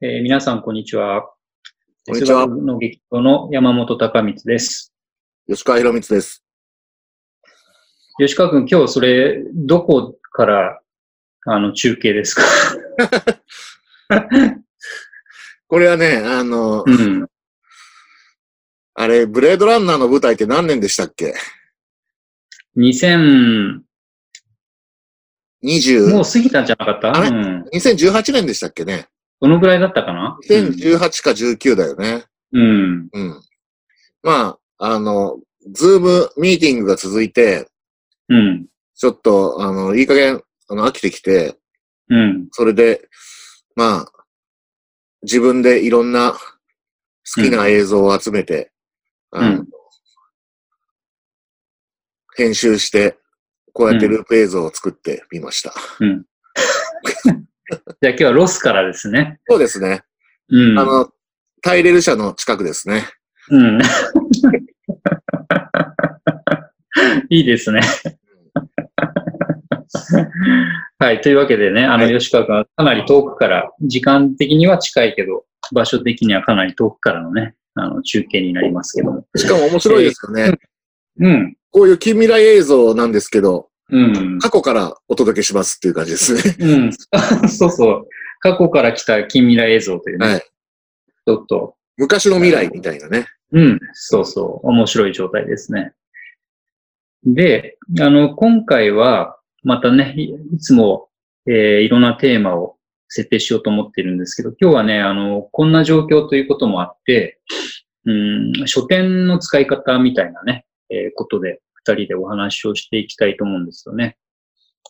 えー皆さん、こんにちは。こんにちは S バグの劇場の山本隆光です。吉川博光です。吉川君、今日それ、どこから、あの、中継ですかこれはね、あの、うん。あれ、ブレードランナーの舞台って何年でしたっけ2000、も ?20、う過ぎたんじゃなかったあれうん。 2018年でしたっけねどのぐらいだったかな ?2018 か19だよね。うん。うん。まあ、あの、ズームミーティングが続いて、うん。ちょっと、あの、いい加減、あの、飽きてきて、うん。それで、まあ、自分でいろんな好きな映像を集めて、んあのうん編集して、こうやってループ映像を作ってみました。うん。じゃあ今日はロスからですね。そうですね。うん。あの、タイレル社の近くですね。うん。 いいですね。はい。というわけでね、あの、はい吉川君はかなり遠くから、時間的には近いけど、場所的にはかなり遠くからのね、あの、中継になりますけども。しかも面白いですよね。うん。こういう近未来映像なんですけど、うん。過去からお届けしますっていう感じですね。うん。そうそう。過去から来た近未来映像というね、はいちょっと、昔の未来みたいなね。うん。そうそう。面白い状態ですね。で、あの、今回は、またね、いいつも、えーいろんなテーマを設定しようと思ってるんですけど、今日はね、あの、こんな状況ということもあって、うん、書店の使い方みたいなね、えーことで、二人でお話をしていきたいと思うんですよね。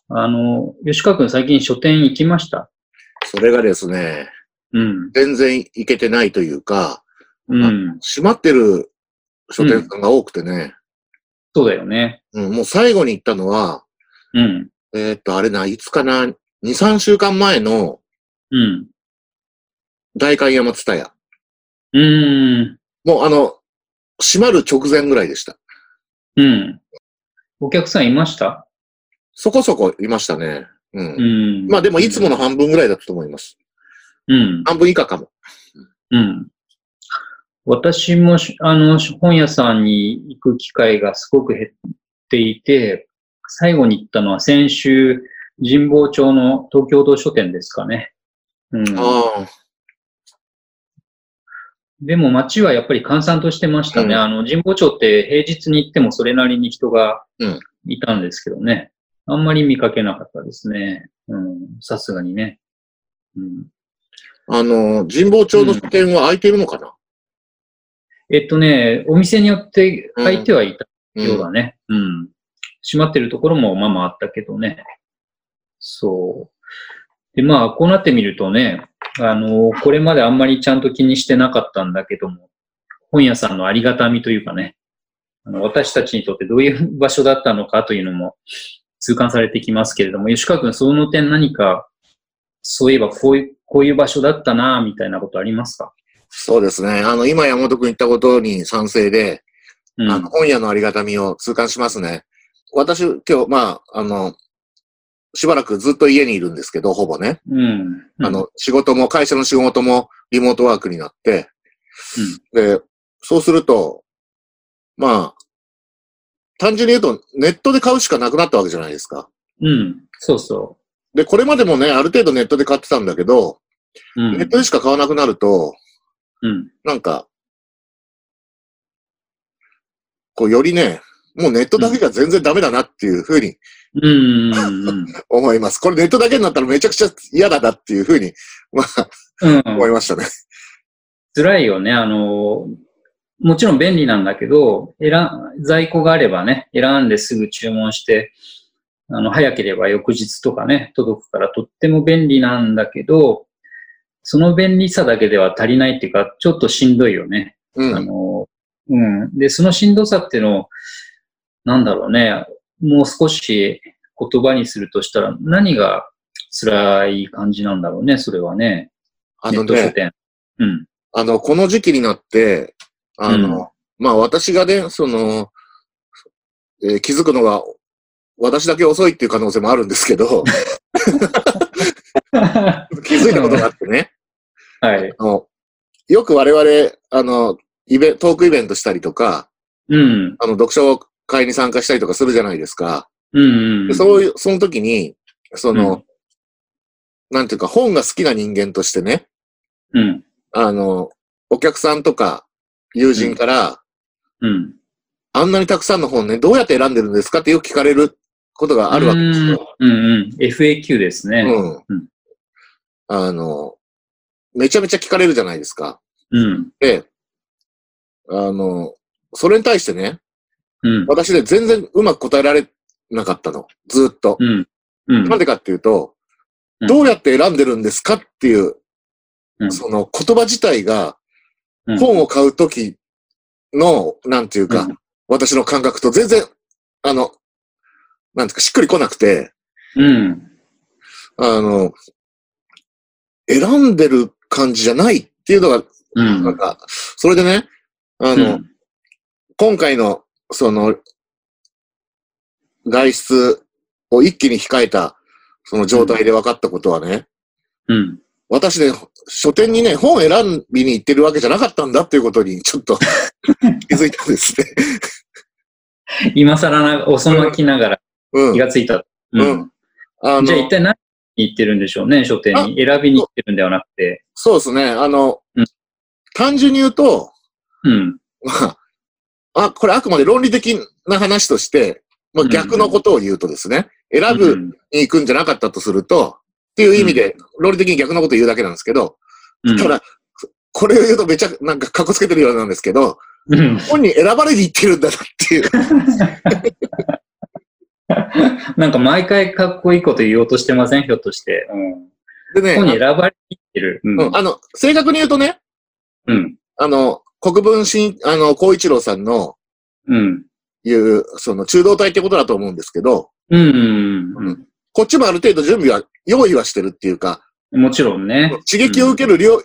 あの、吉川くん最近書店行きましたそれがですね、うん。全然いけてないというか、うん。閉まってる書店さんが多くてね、そうだよね。うんもう最後に行ったのは、うん。えーっと、あれな、いつかな、2、3週間前のうん。大観山蔦屋。うーん。もうあの、閉まる直前ぐらいでした。うん。お客さんいましたそこそこいましたね。うんうん。まあでもいつもの半分ぐらいだったと思います。うん。半分以下かも。うん。私もし、あの、本屋さんに行く機会がすごく減っていて、最後に行ったのは先週、神保町の東京堂書店ですかね。うん。ああ、でも街はやっぱり閑散としてましたね。うんあの、神保町って平日に行ってもそれなりに人がうんいたんですけどね。あんまり見かけなかったですね。うん。さすがにね。うん。あの、神保町の書店は開いてるのかな、えっとね、お店によって開いてはいたうんようだね。うん。閉まってるところもまあまああったけどね。そう。で、まあ、こうなってみるとね、あの、これまであんまりちゃんと気にしてなかったんだけども、本屋さんのありがたみというかね、あの私たちにとってどういう場所だったのかというのも痛感されてきますけれども、吉川君、その点何か、そういえばこういう、こういう場所だったな、みたいなことありますかそうですね。あの、今山本くん言ったことに賛成で、うん。あの、本屋のありがたみを痛感しますね。私、今日、まあ、あの、しばらくずっと家にいるんですけど、ほぼね。うん。あの、仕事も、会社の仕事もリモートワークになって、で、そうすると、まあ、単純に言うと、ネットで買うしかなくなったわけじゃないですか。うん、そうそで、これまでもね、ある程度ネットで買ってたんだけど、う。うん。ネットでしか買わなくなると、うん。なんか、こう、よりね、もうネットだけが全然ダメだなっていうふうにうん。うん。思います。これネットだけになったらめちゃくちゃ嫌だなっていうふうに、まあ、うん。思いましたね。辛いよね。あの、もちろん便利なんだけど、選ん、在庫があればね、選んですぐ注文して、あの、早ければ翌日とかね、届くからとっても便利なんだけど、その便利さだけでは足りないっていうか、ちょっとしんどいよね。うあん。の、うん。で、そのしんどさっていうのを、なんだろうね、もう少し言葉にするとしたら、何が辛い感じなんだろうね、それはね。あネのット書ね、店。うん。 あの、この時期になって、あの、まあ私がね、その、えー気づくのが、私だけ遅いっていう可能性 もあるんですけど、気づいたことがあってね。はい。あの、よく我々、あの、イベ、トークイベントしたりとか、うん。あの、読書会に参加したりとかするじゃないですか。うん、うん。でそうういう、その時に、その、うんなんていうか、本が好きな人間としてね、うん。あの、お客さんとか友人から、うん。あんなにたくさんの本ね、どうやって選んでるんですかってよく聞かれることがあるわけですよ。うんうん。FAQ ですうね。ん。うんあの、めちゃめちゃ聞かれるじゃないですか。うん。で、あの、それに対してね、うん。私ね、全然うまく答えられなかったの。ずーっと。うん。うん。なんでかっていうと、うんどうやって選んでるんですかっていう、うんその言葉自体がうん、本を買うときの、なんていうか、うん私の感覚と全然、あの、なんていうか、しっくりこなくて、うん。あの、選んでる感じじゃないっていうのが、うなんん。か、それでね、あの、うん今回の、その、外出を一気に控えた、その状態で分かったことはね、うん。私ね、書店にね、本選びに行ってるわけじゃなかったんだっていうことに、ちょっと 気づいたんですね。今更な、おそまきながらう気ん。がついた。うんうん。あじゃあ一の、体何に行ってるんでしょうね、書店に。選びに行ってるんではなくて。そうですね。あのうん、単純に言うと、 うん。まあ、あ、これあくまで論理的な話として、まあ、うん逆のことを言うとですね、選うぶんに行くんじゃなかったとすると、っていう意味で、論理的に逆のことを言うだけなんですけど、うんただ、これを言うとめちゃ、なんか格好つけてるようなんですけど、うん。本に選ばれに行ってるんだなっていう。なんか毎回かっこいいこと言おうとしてませんひょっとして。でうん。本にね、選ばれきってる。うん。うんあの、正確に言うとね、うん。あの、国分新、あの、孝一郎さんのうん。言う、その中道体ってことだと思うんですけど、うん。うんこっちもある程度準備は、用意はしてるっていうか、もちろんね。刺激を受ける量、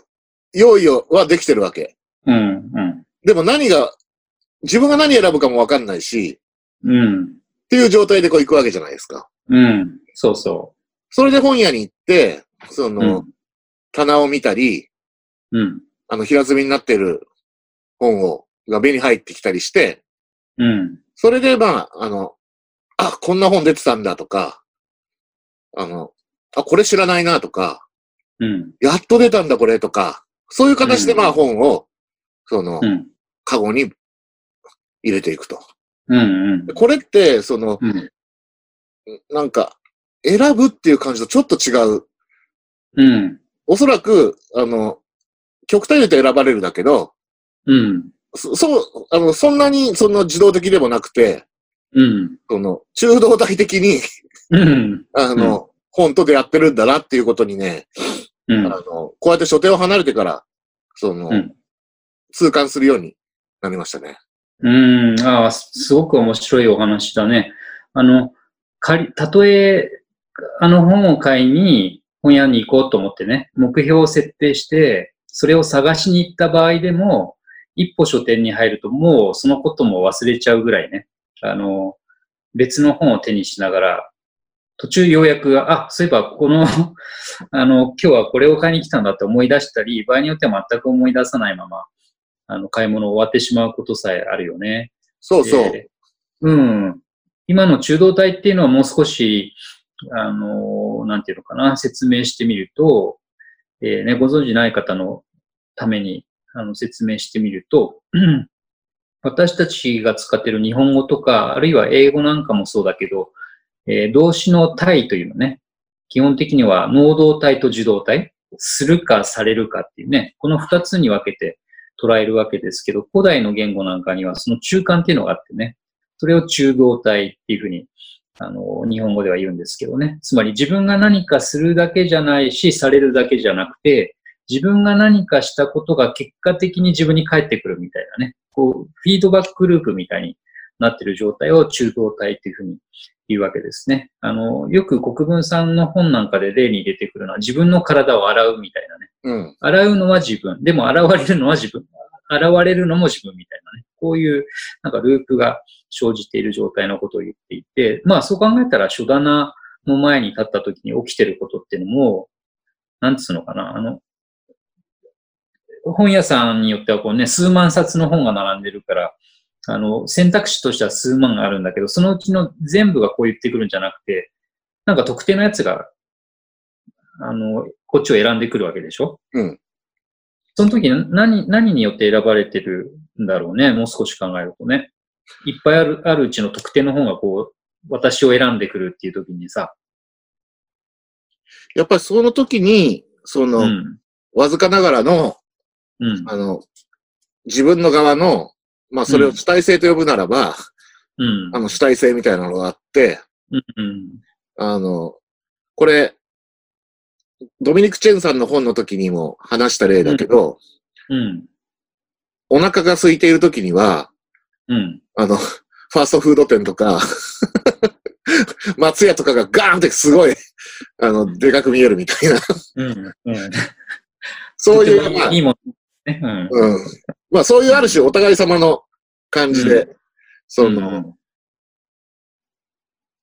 用意をはできてるわけ。うん。うん。でも何が、自分が何選ぶかもわかんないし、うん。っていう状態でこう行くわけじゃないですか。うん。そうそ。それで本屋に行って、そうの、棚を見たり、うん。うん。あの、平積みになってる本を、が目に入ってきたりして、うん。それで、まあ、あの、あ、こんな本出てたんだとか、あの、あ、これ知らないなとか、うん。やっと出たんだこれとか、そういう形でうんまあ本を、そのう、ん。カゴに入れていくと。うん。これって、その、うん。なんか、選ぶっていう感じとちょっと違う。うん。おそらく、あの、極端に言うと選ばれるだけど、うん。そそう、あの、そんなに、その自動的でもなくて、うん。その、中道体的に、うん。あの、本と出会ってるんだなっていうことにね、うあの、こうやって書店を離れてから、その、うん痛感するようになりましたね。ん。うん。ああ、すすごく面白いお話だね。あの、仮、たとえ、あの本を買いに本屋に行こうと思ってね、目標を設定して、それを探しに行った場合でも、一歩書店に入るともうそのことも忘れちゃうぐらいね、あの、別の本を手にしながら、途中ようやく、あ、そういえばこの、 あの、今日はこれを買いに来たんだって思い出したり、場合によっては全く思い出さないまま、あの、買い物を終わってしまうことさえあるよね。そうそう。えーうん。今の中道体っていうのはもう少し、あのーなんていうのかな、説明してみると、えーね、ご存知ない方のためにあの説明してみると、 うん私たちが使っている日本語とか、あるいは英語なんかもそうだけど、えー動詞の体というのね、基本的には能動体と受動体、するかされるかっていうね、この二つに分けて捉えるわけですけど、古代の言語なんかにはその中間っていうのがあってね、それを中道体っていうふうに、あの、日本語では言うんですけどね。つまり自分が何かするだけじゃないし、されるだけじゃなくて、自分が何かしたことが結果的に自分に返ってくるみたいなね、こう、フィードバックループみたいになってる状態を中道体っていうふうに言うわけですね。あの、よく国分さんの本なんかで例に出てくるのは自分の体を洗うみたいなね。うん。洗うのは自分。でも洗われるのは自分。洗われるのも自分みたいなね。こういう、なんかループが生じている状態のことを言っていて、まあそう考えたら書棚の前に立った時に起きてることっていうのも、なんつうのかな、あの、本屋さんによってはこうね、数万冊の本が並んでるから、あの、選択肢としては数万があるんだけど、そのうちの全部がこう言ってくるんじゃなくて、なんか特定のやつが、あの、こっちを選んでくるわけでしょうん。その時何、何によって選ばれてるんだろうね、もう少し考えるとね。いっぱいある、あるうちの特定の本がこう、私を選んでくるっていう時にさ、やっぱりその時に、そうの、ん。わずかながらの、うん。あの、自分の側の、まあそれを主体性と呼ぶならば、うんあ。の主体性みたいなのがあって、うん。あの、これ、ドミニク・チェンさんの本の時にも話した例だけど、うん。お腹が空いている時には、うん。あの、ファーストフード店とか、 松屋とかがガーンってすごい、あの、でかく見えるみたいな。うん。うん。そういとう、てま あもいいものね。うん。うん。まあそういうある種お互い様の感じで、うその、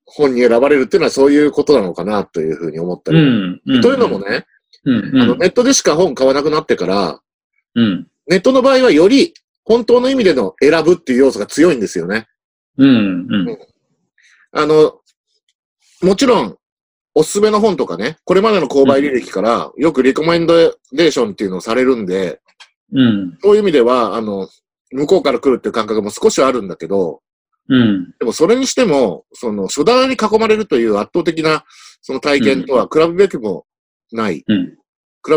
本に選ばれるっていうのはそういうことなのかなというふうに思ったうり。ん。うん。というのもね、うん、うん。あのネットでしか本買わなくなってから、うん。ネットの場合はより本当の意味での選ぶっていう要素が強いんですよね。うん。うん。あの、もちろん、おすすめの本とかね、これまでの購買履歴から、よくリコメンドレーションっていうのをされるんで、うん。そういう意味では、あの、向こうから来るっていう感覚も少しはあるんだけど、うん。でもそれにしても、その、書棚に囲まれるという圧倒的な、その体験とは比べるべきもない、うん。比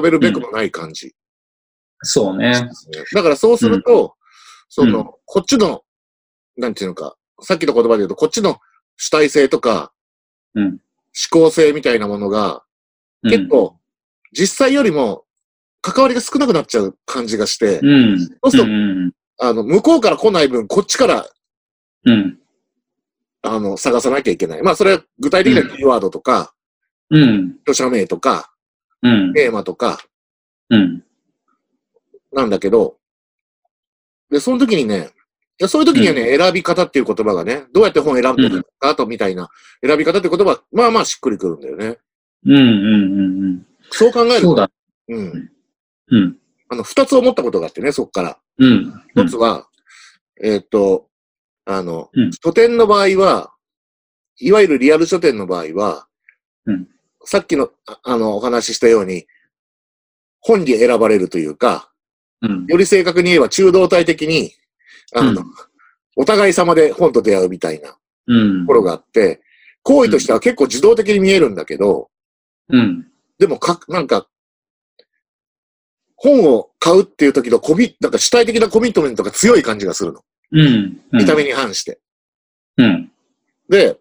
べるべきもない感じ。そうね。だからそうすると、その、うんこっちの、なんていうのか、さっきの言葉で言うと、こっちの主体性とか、うん思考性みたいなものが、うん結。構、実際よりも、関わりが少なくなっちゃう感じがして、うん。そうするとうん。あの、向こうから来ない分、こっちから、うん。あの、探さなきゃいけない。まあ、それは具体的なキーワードとか、うん。著者名とか、うん。テーマとか、うん。なんだけど、で、その時にね、いやそういう時にはね、選び方っていう言葉がね、どうやって本選んでるかとみたいな、選び方って言葉は、まあまあしっくりくるんだよね。うん。うん。そう考えるそと、うだ。うん。うん。あの、二つ思ったことがあってね、そっから。うん。一つは、えーっと、あの、うん書店の場合は、いわゆるリアル書店の場合は、うんさっきの、ああの、お話ししたように、本に選ばれるというか、うん。より正確に言えば中道体的に、あの、うんお互い様で本と出会うみたいなとうん。ころがあって、行為としては結構自動的に見えるんだけど、うん。でもか、なんか、本を買うっていう時のコミ、なんか主体的なコミットメントが強い感じがするの。うん。見た目に反して。うん。で、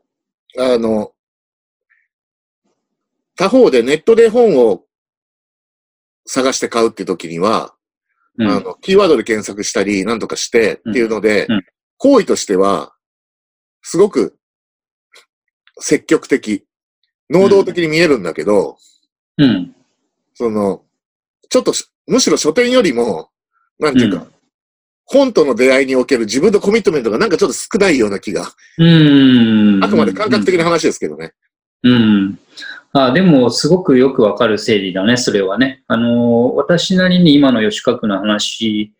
あの、他方でネットで本を探して買うって時には、うん。あの、キーワードで検索したり、なんとかしてっていうので、うんうん行為としては、すごく積極的、能動的に見えるんだけど、うん。その、ちょっとしむしろ書店よりも、なんていうか、う本との出会いにおける自分のコミットメントがなんかちょっと少ないような気が、うん。あくまで感覚的な話ですけどね。うん。あでも、すごくよくわかる整理だね、それはね。あのー、私なりに今の吉川区の話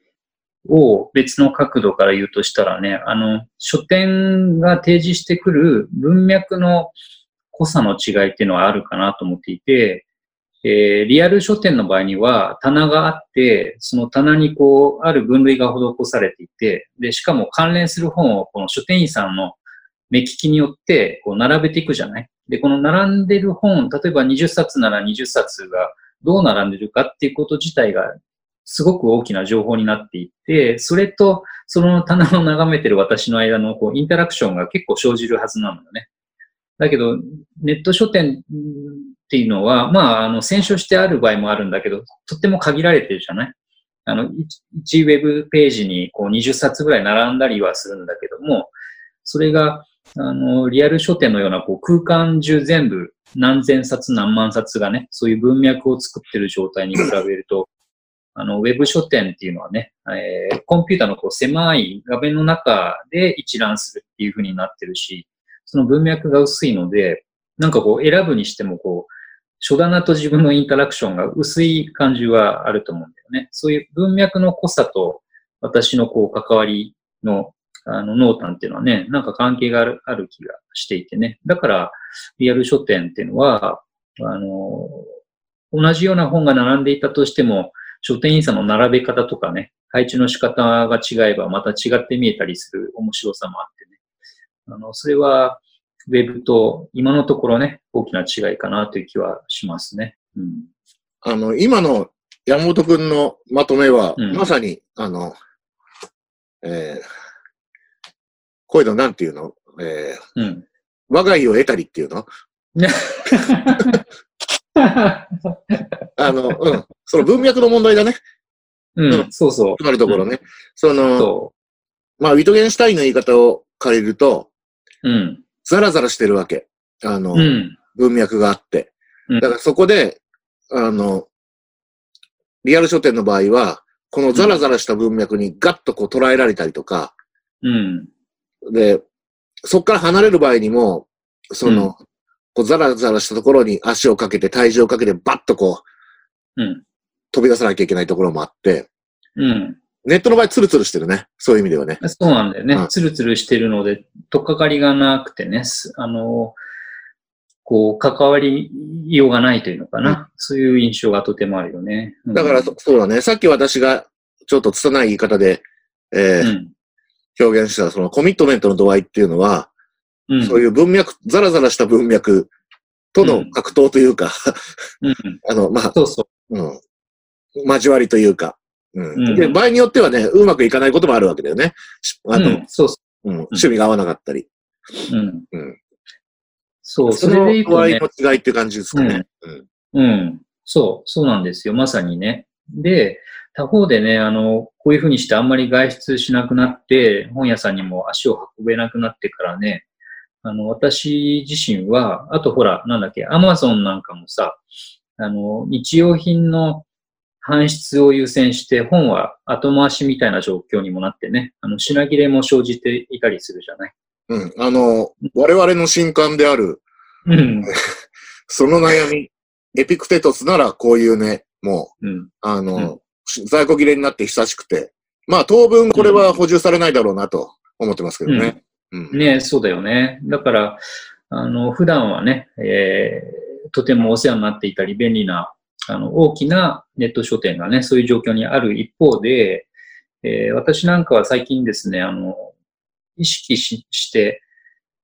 を別の角度から言うとしたらね、あの、書店が提示してくる文脈の濃さの違いっていうのはあるかなと思っていて、えーリアル書店の場合には棚があって、その棚にこう、ある分類が施されていて、で、しかも関連する本をこの書店員さんの目利きによってこう並べていくじゃないで、この並んでる本、例えば20冊なら20冊がどう並んでるかっていうこと自体がすごく大きな情報になっていて、それとその棚を眺めてる私の間のこうインタラクションが結構生じるはずなのよね。だけど、ネット書店っていうのは、まあ、あの、選書してある場合もあるんだけど、とっても限られてるじゃないあの、1ウェブページにこう20冊ぐらい並んだりはするんだけども、それがあの、リアル書店のようなこう空間中全部何千冊何万冊がね、そういう文脈を作ってる状態に比べると、あの、ウェブ書店っていうのはね、えーコンピューターのこう狭い画面の中で一覧するっていう風になってるし、その文脈が薄いので、なんかこう選ぶにしてもこう、書棚と自分のインタラクションが薄い感じはあると思うんだよね。そういう文脈の濃さと私のこう関わりのあの濃淡っていうのはね、なんか関係があるある気がしていてね。だから、リアル書店っていうのは、あの、同じような本が並んでいたとしても、書店員さんの並べ方とかね、配置の仕方が違えばまた違って見えたりする面白さもあってね。あの、それは、ウェブと今のところね、大きな違いかなという気はしますね。うん。あの、今の山本くんのまとめは、うんまさに、あの、えー、こういうのなんていうのえー、うん。我が家を得たりっていうのあの、うん。その文脈の問題だね。うん、 そうそう。つまるところね。その、そまあ、ウィトゲンシュタインの言い方を借りると、う。うん。ザラザラしてるわけ。あの、うん。文脈があってうん。だからそこで、あの、リアル書店の場合は、このザラザラした文脈にガッとこう捉えられたりとか、うん。で、そこから離れる場合にも、その、うんこうザラザラしたところに足をかけて体重をかけてバッとこう、うん飛び出さなきゃいけないところもあって、うん。ネットの場合ツルツルしてるね。そういう意味ではね。そうなんだよねうん。ツルツルしてるので、とっかかりがなくてね、すあの、こう、関わりようがないというのかな。そういう印象がとてもあるよね。うんだからそ、そうだね。さっき私がちょっと拙い言い方で、えうーん。表現したそのコミットメントの度合いっていうのは、うん。そういう文脈、ザラザラした文脈との格闘というか、 うん。あの、まあ、そうそうん、交わりというか、うんうんで、場合によってはね、うまくいかないこともあるわけだよね。しう。あの、うんそうそうん趣味が合わなかったり。う。うん。うんそう、それのでいく度と合ねい、の違いっていう感じですかね。うんうん。そう、そうなんですよ。まさにね。で、他方でね、あの、こういうふうにしてあんまり外出しなくなって、本屋さんにも足を運べなくなってからね、あの、私自身は、あとほら、なんだっけ、アマゾンなんかもさ、あの、日用品の搬出を優先して、本は後回しみたいな状況にもなってね、あの、品切れも生じていたりするじゃない。うん。あの、我々の新刊である、うん。その悩み、エピクテトスならこういうね、もう、うん。あの、うんし在庫切れになって久しくて、まあ当分これは補充されないだろうなと思ってますけどね。うんねそうだよね。だから、あの、普段はね、えーとてもお世話になっていたり、便利な、あの、大きなネット書店がね、そういう状況にある一方で、えー私なんかは最近ですね、あの、意識しして、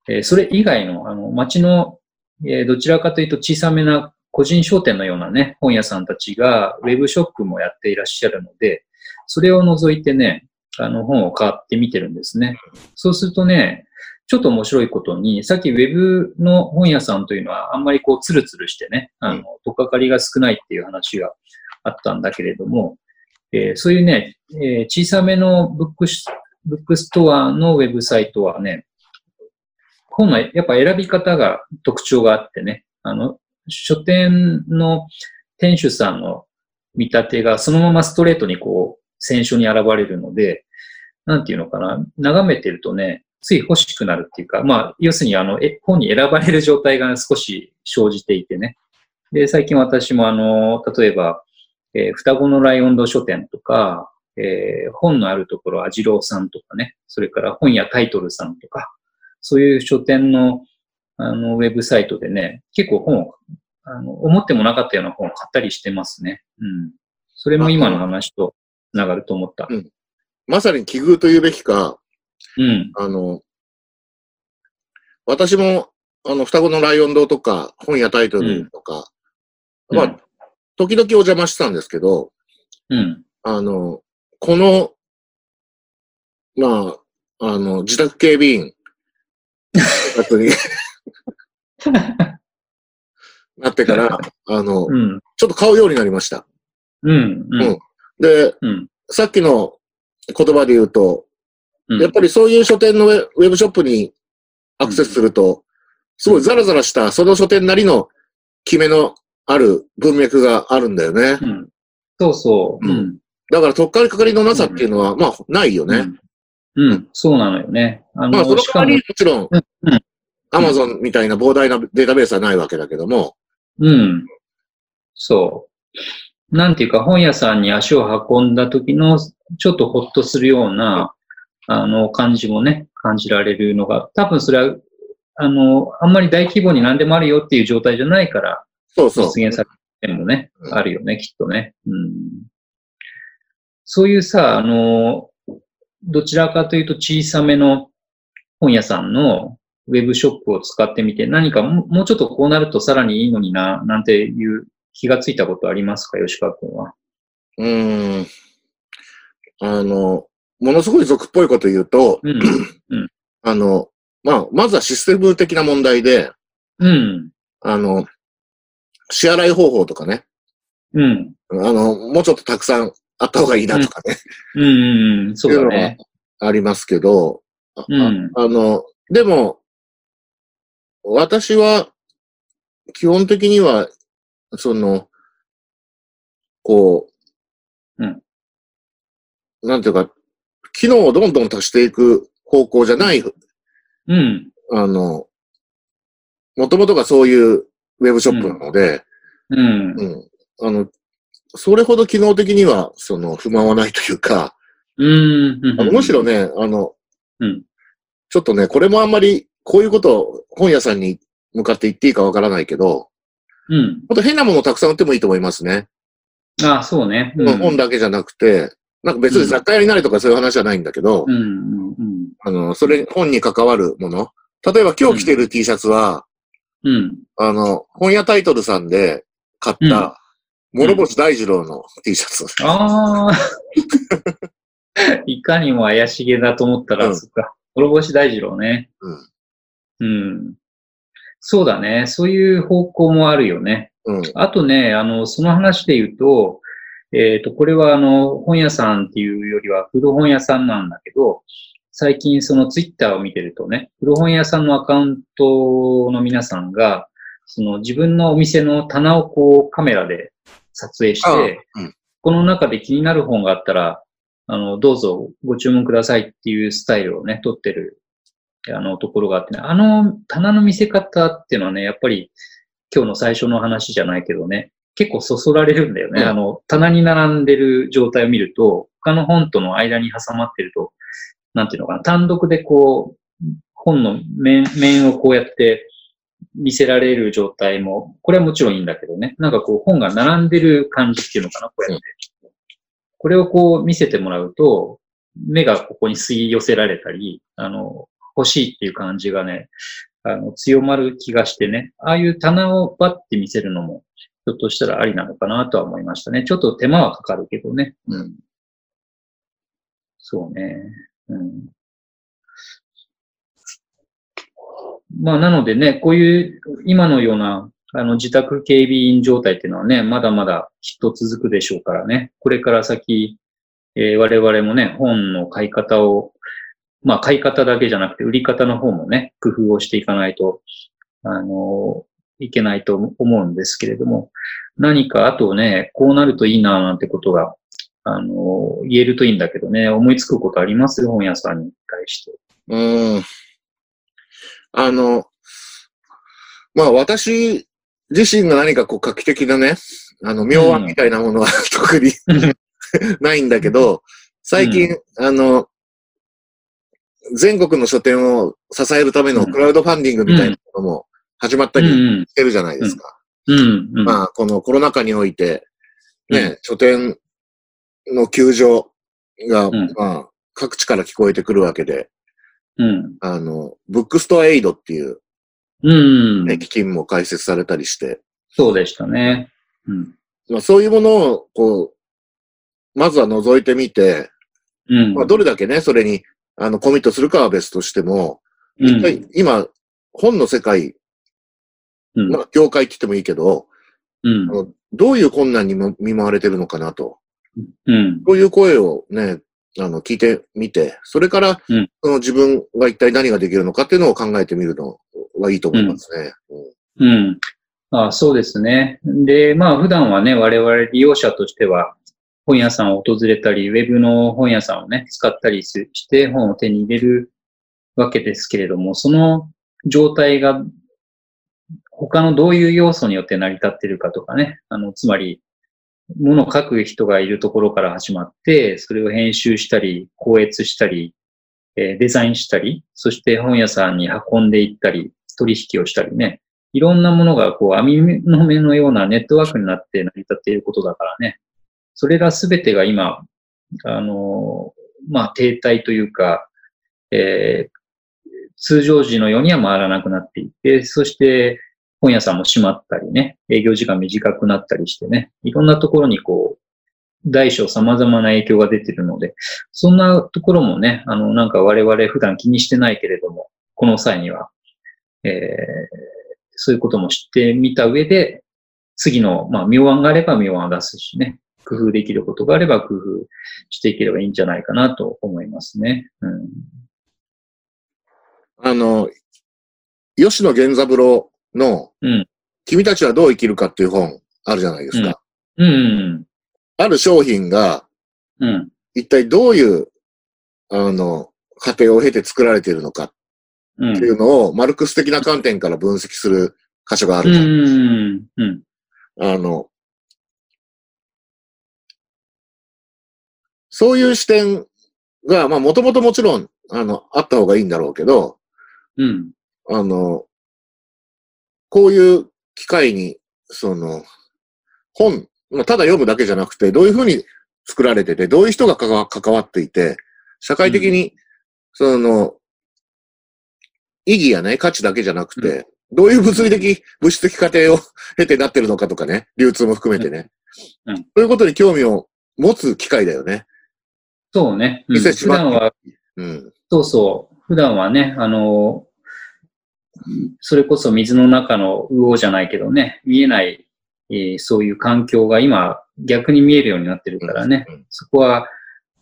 えーそれ以外の、あの、街の、えーどちらかというと小さめな個人商店のようなね、本屋さんたちが、ウェブショップもやっていらっしゃるので、それを除いてね、あの、本を買ってみてるんですね。そうするとね、ちょっと面白いことに、さっきウェブの本屋さんというのはあんまりこうツルツルしてね、あうの、とっかかりが少ないっていう話があったんだけれども、えーそういうね、えー小さめのブックスブックストアのウェブサイトはね、本のやっぱ選び方が特徴があってね、あの、書店の店主さんの見立てがそのままストレートにこう、選書に現れるので、なんていうのかな、眺めてるとね、つい欲しくなるっていうか、まあ、要するにあの、え本に選ばれる状態が少し生じていてね。で、最近私もあの、例えば、えー双子のライオンド書店とか、えー本のあるところ、アジローさんとかね、それから本屋タイトルさんとか、そういう書店の、あの、ウェブサイトでね、結構本を、あの、思ってもなかったような本を買ったりしてますね。うん。それも今の話と繋がると思った。まさに奇遇というべきか、うん。あの、私も、あの、双子のライオン堂とか、本やタイトルとか、うんまうんあ、時々お邪魔してたんですけど、うん。あの、この、まあ、あの、自宅警備 員、だったりなってから、あの、うん。ちょっと買うようになりました。うん。うん。で、うん。さっきの言葉で言うと、うんやっぱりそういう書店のウェウェブショップにアクセスすると、すごいザラザラした、その書店なりの決めのある文脈があるんだよね。うんそうそう。うんだから、とっかりかかりのなさっていうのは、まあ、ないよね。うん。うん。そうなのよね。あまあ、そのしか代わもり、も、ちろんうんうん、アマゾンみたいな膨大なデータベースはないわけだけども、うん。そう。なんていうか、本屋さんに足を運んだ時の、ちょっとほっとするような、あの、感じもね、感じられるのが、多分それは、あの、あんまり大規模に何でもあるよっていう状態じゃないから、そうそう。実現されてもね、うんあるよね、きっとね。うん。そういうさ、あの、どちらかというと小さめの本屋さんのウェブショップを使ってみて、何かももうちょっとこうなるとさらにいいのにな、なんていう気がついたことありますか、吉川君は。うーん。あの、ものすごい俗っぽいこと言うと、うん。 あの、まあ、まずはシステム的な問題で、うん。あの、支払い方法とかね、うん。あの、もうちょっとたくさんあった方がいいなとかね、うん。うん。そうだね。ありますけど、あうんあの、でも、私は、基本的には、その、こう、うんなんていうか、機能をどんどん足していく方向じゃないうん。あの、もともとがそういうウェブショップなので、うん。うん。あの、それほど機能的には、その、不満はないというか、うん。あのむしろね、あの、うんちょっとね、これもあんまり、こういうことを本屋さんに向かって言っていいかわからないけど、うん。もっと変なものをたくさん売ってもいいと思いますね。ああ、そうね。うまあん本だけじゃなくて、なんか別に雑貨屋になるとかそういう話じゃないんだけど、うん。うん。うんあの、それ、本に関わるもの。例えば今日着てる T シャツは、うん。あの、本屋タイトルさんで買った、うん諸星大二郎の T シャツ。ああ。 いかにも怪しげだと思ったら、うんそっか。諸星大二郎ね。うん。そうだね。そういう方向もあるよね。うん。あとね、あの、その話で言うと、えっ、と、これはあの、本屋さんっていうよりは古本屋さんなんだけど、最近そのツイッターを見てるとね、古本屋さんのアカウントの皆さんが、その自分のお店の棚をこうカメラで撮影しああて、うんこの中で気になる本があったら、あの、どうぞご注文くださいっていうスタイルをね、撮ってる、あの、ところがあってね、あの棚の見せ方っていうのはね、やっぱり今日の最初の話じゃないけどね、結構そそられるんだよね。うんあの、棚に並んでる状態を見ると、他の本との間に挟まってると、なんていうのかな、単独でこう、本の面、面をこうやって見せられる状態も、これはもちろんいいんだけどね、なんかこう本が並んでる感じっていうのかな、こうやって。これをこう見せてもらうと、目がここに吸い寄せられたり、あの、欲しいっていう感じがね、あの、強まる気がしてね、ああいう棚をバッて見せるのも、ひょっとしたらありなのかなとは思いましたね。ちょっと手間はかかるけどね。うん。そうね。うん。まあ、なのでね、こういう、今のような、あの、自宅警備員状態っていうのはね、まだまだきっと続くでしょうからね。これから先、えー我々もね、本の買い方を、まあ、買い方だけじゃなくて、売り方の方もね、工夫をしていかないと、あのいけないと思うんですけれども、何かあとね、こうなるといいななんてことがあの、言えるといいんだけどね、思いつくことあります本屋さんに対して。うーん。あの、まあ私自身が何かこう画期的なね、あの、妙案みたいなものは 特にないんだけど、最近、あの、全国の書店を支えるためのクラウドファンディングみたいなものも始まったうん、うりんしてるじゃないですか。うん、うん。まあ、このコロナ禍において、ね、うん書店の窮状が、んまあ、各地から聞こえてくるわけで、うん、あの、ブックストアエイドっていう、うんね、。基金も開設されたりして、そうでしたね。うん、まあ、そういうものを、こう、まずは覗いてみて、うん。まあ、どれだけね、それに、あの、コミットするかは別としても、うん一体今、本の世界、うんまあ、業界って言ってもいいけど、うんあ、のどういう困難にも見舞われてるのかなと。うん、そういう声をね、あの、聞いてみて、それから、うんその自分が一体何ができるのかっていうのを考えてみるのはいいと思いますね。うん。あそうですね。で、まあ、普段はね、我々利用者としては、本屋さんを訪れたり、ウェブの本屋さんをね、使ったりすして、本を手に入れるわけですけれども、その状態が他のどういう要素によって成り立ってるかとかね、あの、つまり、ものを書く人がいるところから始まって、それを編集したり、校閲したり、えー、デザインしたり、そして本屋さんに運んでいったり、取引をしたりね、いろんなものがこう網の目のようなネットワークになって成り立っていることだからね、それらすべてが今、あのー、まあ、停滞というか、えー、通常時のようには回らなくなっていて、そして本屋さんも閉まったりね、営業時間短くなったりしてね、いろんなところにこう、大小様々な影響が出てるので、そんなところもね、あの、なんか我々普段気にしてないけれども、この際には、えー、そういうことも知ってみた上で、次の、まあ、妙案があれば妙案出すしね、工夫できることがあれば工夫していければいいんじゃないかなと思いますね。うん、あの、吉野源三郎の、うん、君たちはどう生きるかっていう本あるじゃないですか。うん、うんある商品が、うん、一体どういう、あの、過程を経て作られているのかっていうのを、マルクス的な観点から分析する箇所があるじゃん。うん。あの、そういう視点が、まあ、もともともちろん、あの、あった方がいいんだろうけど、うん。あの、こういう機会に、その、本まあ、ただ読むだけじゃなくて、どういうふうに作られてて、どういう人が関わっていて、社会的に、その、意義やね、価値だけじゃなくて、どういう物理的、物質的過程を 経てなってるのかとかね、流通も含めてね。うん。そういうことに興味を持つ機会だよね。そうね。見せしま普段は、うん。そうそう。普段はね、あの、それこそ水の中の魚じゃないけどね、見えないえー、そういう環境が今逆に見えるようになってるからね、うんうん、そこは、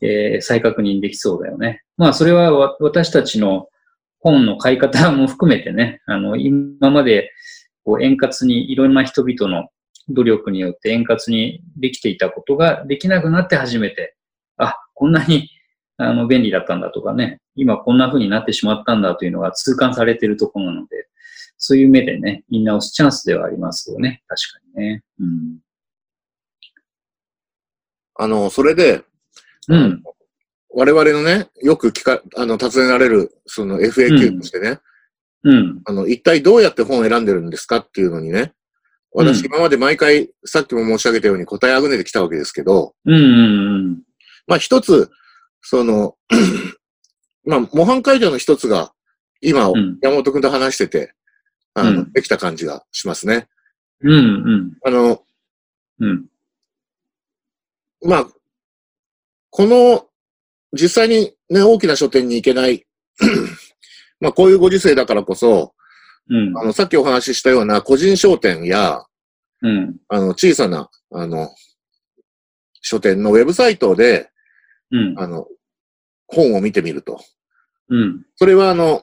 えー、再確認できそうだよね。まあそれは私たちの本の買い方も含めてね、あの今までこう円滑にいろんな人々の努力によって円滑にできていたことができなくなって初めて、あ、こんなにあの便利だったんだとかね、今こんな風になってしまったんだというのが痛感されているところなので、そういう目でね、見直すチャンスではありますよね。確かにね。うん。あの、それで、うん。我々のね、よく聞か、あの、尋ねられる、その FAQ としてね、うん、うん。あの、一体どうやって本を選んでるんですかっていうのにね、私今まで毎回、さっきも申し上げたように答えあぐねてきたわけですけど、うんうんうん。まあ一つ、その、 まあ、模範解除の一つが、今、山本君と話してて、あの、うん、できた感じがしますね。うんうん。あの、うん。まあ、この、実際にね、大きな書店に行けない まあ、こういうご時世だからこそ、うん、あの、さっきお話ししたような個人商店や、うん、あの、小さな、あの、書店のウェブサイトで、うん、あの、本を見てみると。うん、それは、あの、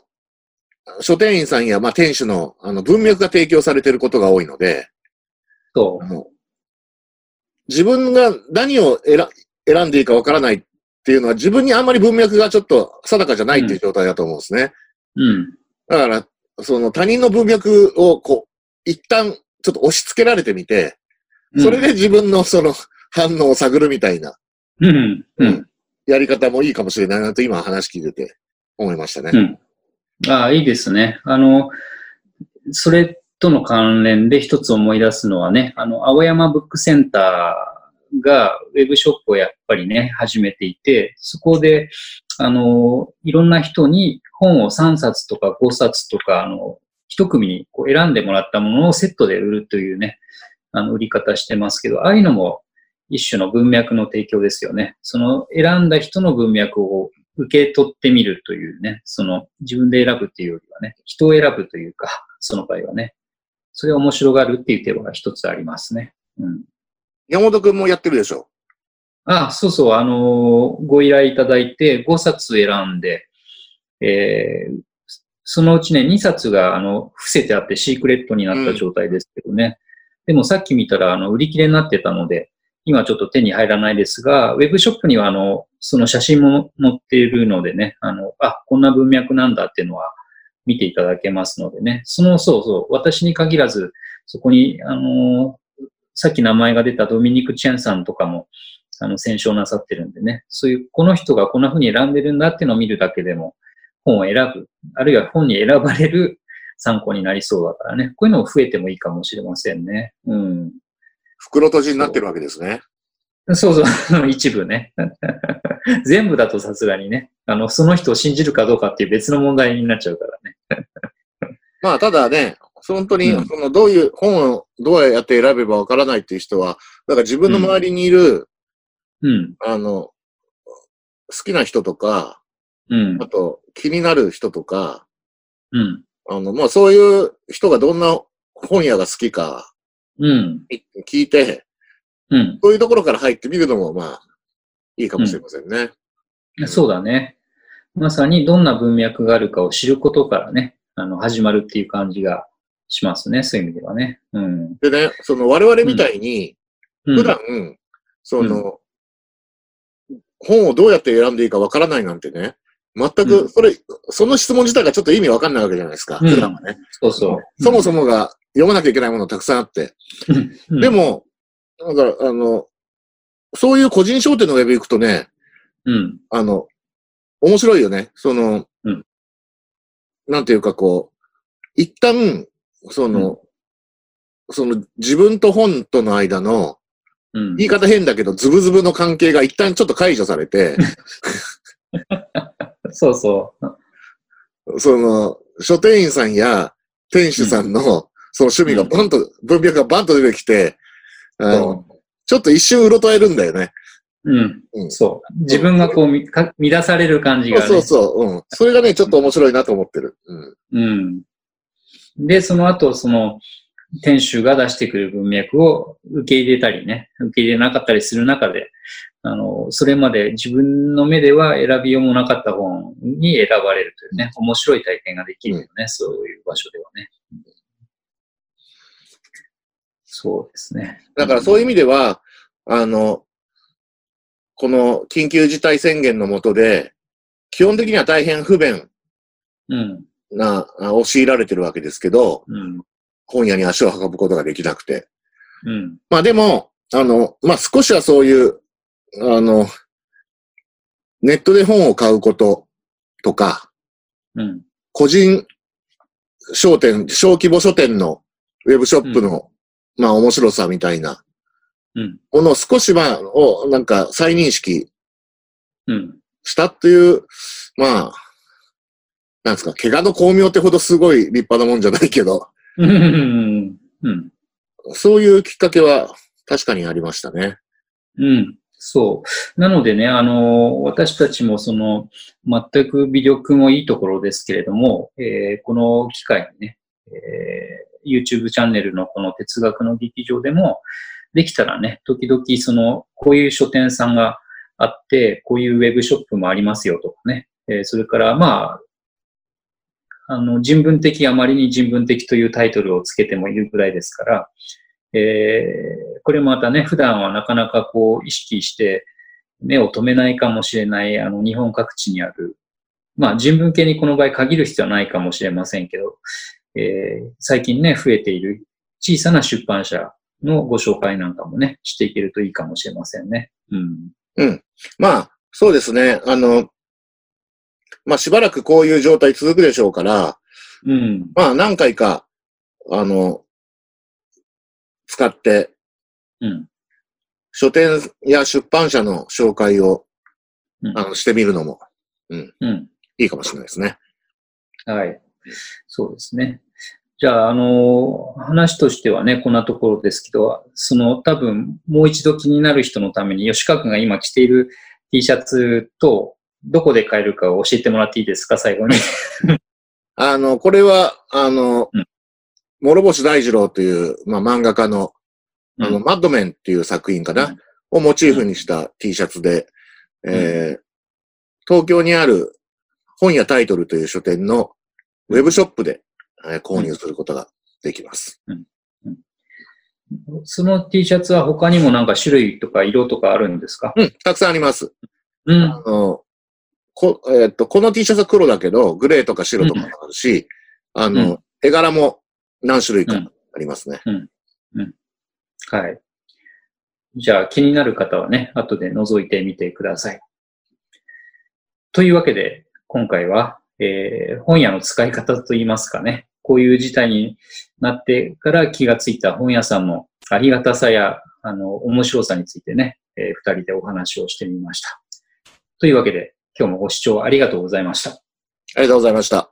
書店員さんや、まあ、店主の、あの、文脈が提供されていることが多いので、。そう自分が何を選んでいいかわからないっていうのは、自分にあんまり文脈がちょっと定かじゃないっていう状態だと思うんですね。うん。だから、その他人の文脈を、こう、一旦ちょっと押し付けられてみて、それで自分のその反応を探るみたいな、うん。うん。やり方もいいかもしれないなと今話聞いてて思いましたね。うんああ、いいですね。あの、それとの関連で一つ思い出すのはね、あの、青山ブックセンターがウェブショップをやっぱりね、始めていて、そこで、あの、いろんな人に本を3冊とか5冊とか、あの、一組にこう選んでもらったものをセットで売るというね、あの、売り方してますけど、ああいうのも一種の文脈の提供ですよね。その選んだ人の文脈を受け取ってみるというね、その自分で選ぶっていうよりはね、人を選ぶというか、その場合はね、それを面白がるっていう手は一つありますね。うん。山本くんもやってるでしょあ、そうそう、あのー、ご依頼いただいて5冊選んで、えー、そのうちね、2冊が、あの、伏せてあってシークレットになった状態ですけどね。うん、でもさっき見たら、あの、売り切れになってたので、今ちょっと手に入らないですが、ウェブショップにはあの、その写真も載っているのでね、あの、あ、こんな文脈なんだっていうのは見ていただけますのでね。その、そうそう、私に限らず、そこに、あのーさっき名前が出たドミニク・チェンさんとかも、あの、選書なさってるんでね。そういう、この人がこんな風に選んでるんだっていうのを見るだけでも、本を選ぶ、あるいは本に選ばれる参考になりそうだからね。こういうのも増えてもいいかもしれませんね。うん。袋閉じになってるわけですね。そうそう、 一部ね。全部だとさすがにね。あの、その人を信じるかどうかっていう別の問題になっちゃうからね。まあ、ただね、本当にう、んその、どういう本をどうやって選べばわからないっていう人は、だから自分の周りにいる、うん。あの、好きな人とか、うんあ。と、気になる人とか、うん。あの、まあ、そういう人がどんな本屋が好きかうん。聞いて、うん。そういうところから入ってみるのも、まあ、いいかもしれませんね。そうだね。まさにどんな文脈があるかを知ることからね、あの、始まるっていう感じがしますね。そういう意味ではね。うん。でね、その我々みたいに、うん普段、その、本をどうやって選んでいいかわからないなんてね、全うく、んそれ、その質問自体がちょっと意味わかんないわけじゃないですか、うん普段はね。そうそう。そもそもが読まなきゃいけないものたくさんあって。うんで、も、だから、あの、そういう個人商店のウェブ行くとね、うん。あの、面白いよね。その、うんなんていうかこう、一旦、その、その自分と本との間の、うん。言い方変だけど、ズブズブの関係が一旦ちょっと解除され て、そうそう。その、書店員さんや店主さんの、その趣味がバンと、文脈がバンと出てきて、あのちょっと一瞬うろたえるんだよね。うん。うんそう。自分がこうみか、乱される感じが、ね。そうそうそう。うん。それがね、ちょっと面白いなと思ってる。うん。うん。で、その後、その、店主が出してくる文脈を受け入れたりね、受け入れなかったりする中で、あの、それまで自分の目では選びようもなかった本に選ばれるというね、面白い体験ができるよね、そういう場所ではね。そうですね。だからそういう意味では、あの、この緊急事態宣言の下で、基本的には大変不便うん、な、あを強いられてるわけですけど、うん、本屋に足を運ぶことができなくて。うん、まあでも、あの、まあ少しはそういう、あの、ネットで本を買うこととか、うん、個人商店、小規模書店のウェブショップの、まあ面白さみたいなうん、ものを少しまあ、をなんか再認識うん、したっていう、まあ、なんですか、怪我の巧妙ってほどすごい立派なもんじゃないけど、うん、うん、うん。そういうきっかけは確かにありましたね。うん、そう。なのでね、あの、私たちもその、全く魅力もいいところですけれども、えーこの機会にね、えー YouTube チャンネルのこの哲学の劇場でも、できたらね、時々その、こういう書店さんがあって、こういうウェブショップもありますよとかね、えーそれからまあ、あの、人文的、あまりに人文的というタイトルをつけてもいるぐらいですから、えーこれまたね、普段はなかなかこう意識して目を止めないかもしれない、あの日本各地にある、まあ人文系にこの場合限る必要はないかもしれませんけど、えー最近ね、増えている小さな出版社のご紹介なんかもね、していけるといいかもしれませんね。うん。まあ、そうですね。あの、まあしばらくこういう状態続くでしょうから、うん。まあ何回か、あの、使って、うん。書店や出版社の紹介を、うんあの、してみるのもうん。いいかもしれないですね。はい。そうですね。じゃあ、あの、話としてはね、こんなところですけど、その多分、もう一度気になる人のために、吉川君が今着ている T シャツと、どこで買えるかを教えてもらっていいですか、最後に。あの、これは、あの、うん諸星大二郎という、まあ、漫画家の、あの、うんマッドメンっていう作品かな、をモチーフにした T シャツで、えー東京にある本屋タイトルという書店のウェブショップで、えー購入することができます。その T シャツは他にもなんか種類とか色とかあるんですかうん、たくさんあります。うあん。の、こ、えーっと、この T シャツは黒だけど、グレーとか白とかもあるし、あの、うん絵柄も何種類かうんありますね。はい。じゃあ気になる方はね、後で覗いてみてください。というわけで、今回は、えー本屋の使い方といいますかね、こういう事態になってから気がついた本屋さんのありがたさや、あの、面白さについてね、えー二人でお話をしてみました。というわけで、今日もご視聴ありがとうございました。ありがとうございました。